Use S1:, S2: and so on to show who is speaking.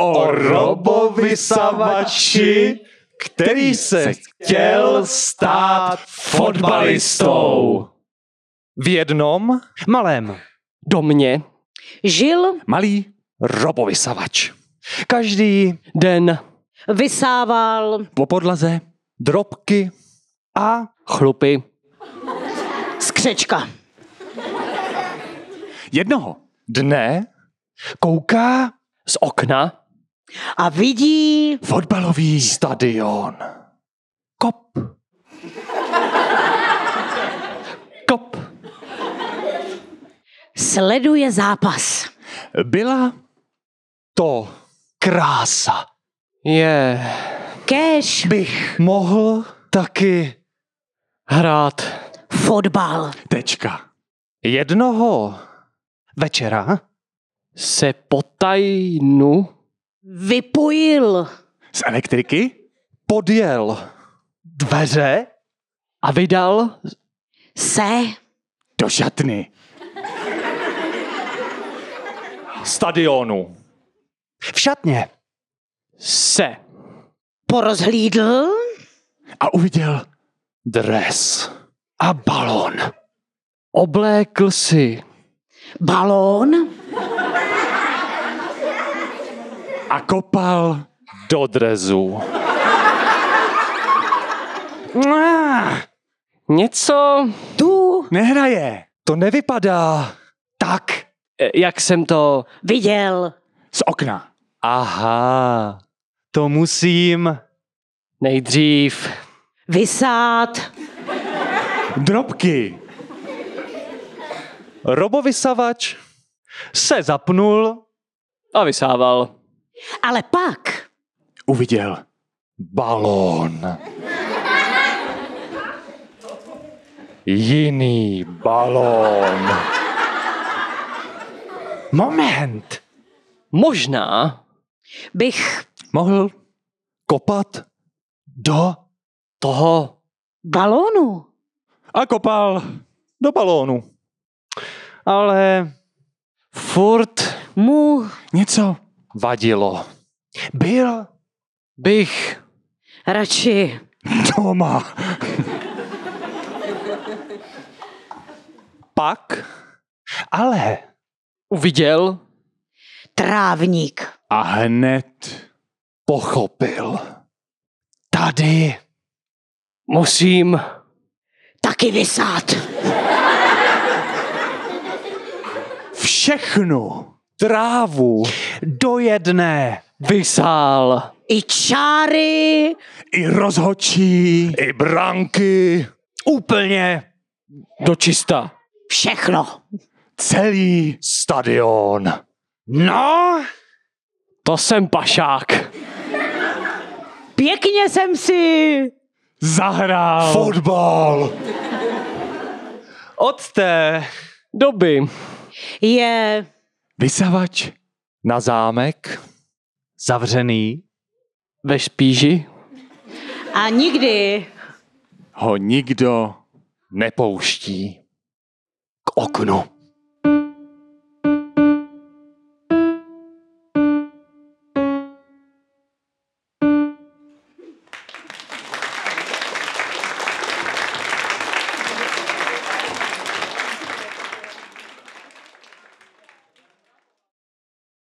S1: o robovysavači, který se chtěl stát fotbalistou. V jednom
S2: Malém domě
S3: Žil,
S1: malý robovysavač. Každý
S2: den
S3: vysával,
S1: po podlaze, drobky a
S2: chlupy
S3: skřečka.
S1: jednoho dne kouká
S2: z okna
S3: A vidí,
S1: fotbalový stadion. Kop,
S2: kop
S3: sleduje zápas.
S1: byla to krása.
S2: je
S3: Kéž
S1: Bych mohl taky
S2: hrát
S3: fotbal.
S1: tečka. Jednoho večera
S2: se potajnu
S3: Vypojil
S1: z elektriky podjel dveře
S2: a vydal
S3: se
S1: do šatny. Stadionu. V šatně.
S2: se
S3: porozhlídl
S1: A uviděl dres a balon.
S2: oblékl si
S3: balón
S1: A kopal do drezu.
S2: něco,
S3: tu
S1: Nehraje. To nevypadá tak.
S2: eh, jak jsem to
S3: viděl
S1: Z okna. Aha, to musím.
S2: nejdřív
S3: vysát
S1: Drobky. Robovysavač se zapnul.
S2: a vysával.
S3: Ale pak
S1: Uviděl balón. Jiný balón. Moment.
S2: Možná
S3: bych
S1: mohl kopat do
S2: toho
S3: balónu
S1: a kopal do balónu. Ale
S2: furt
S3: mu
S1: něco vadilo. Byl
S2: bych
S3: radši
S1: doma. Pak, ale...
S2: uviděl
S3: trávník.
S1: A hned pochopil. Tady
S2: musím
S3: Taky vysát.
S1: všechnu trávu do jedné
S2: vysál
S3: I čáry
S1: i rozhočí, i branky, úplně
S2: do čista.
S3: všechno.
S1: celý stadion. No,
S2: To jsem pašák.
S3: Pěkně jsem si
S1: zahrál fotbal. Od té
S2: Doby
S3: je
S1: vysavač na zámek, zavřený,
S2: ve špíži
S3: a nikdy
S1: ho nikdo nepouští k oknu.